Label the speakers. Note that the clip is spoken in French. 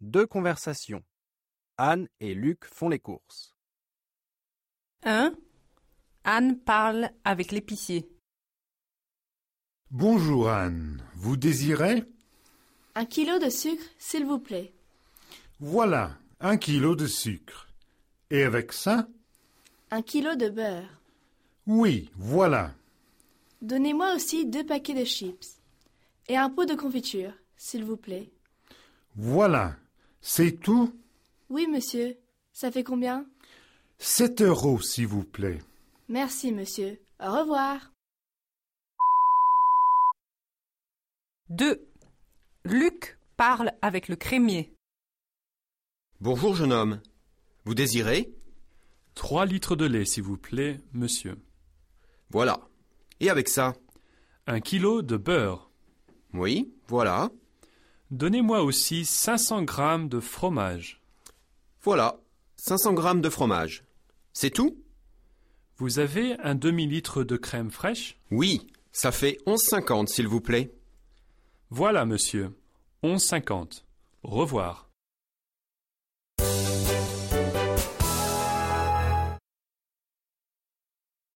Speaker 1: Deux conversations. Anne et Luc font les courses.
Speaker 2: 1. Anne parle avec l'épicier.
Speaker 3: Bonjour Anne, vous désirez
Speaker 4: Un kilo de sucre, s'il vous plaît.
Speaker 3: Voilà, un kilo de sucre. Et avec ça
Speaker 4: Un kilo de beurre.
Speaker 3: Oui, voilà.
Speaker 4: Donnez-moi aussi deux paquets de chips. Et un pot de confiture, s'il vous plaît.
Speaker 3: Voilà. C'est tout
Speaker 4: Oui, monsieur. Ça fait combien
Speaker 3: 7 euros, s'il vous plaît.
Speaker 4: Merci, monsieur. Au revoir.
Speaker 2: 2. Luc parle avec le crémier.
Speaker 5: Bonjour, jeune homme. Vous désirez
Speaker 6: Trois litres de lait, s'il vous plaît, monsieur.
Speaker 5: Voilà. Et avec ça
Speaker 6: Un kilo de beurre.
Speaker 5: Oui, voilà.
Speaker 6: Donnez-moi aussi 500 grammes de fromage.
Speaker 5: Voilà. 500 grammes de fromage. C'est tout
Speaker 6: Vous avez un demi-litre de crème fraîche
Speaker 5: Oui, ça fait 11,50 s'il vous plaît.
Speaker 6: Voilà, monsieur. 11,50. Au revoir.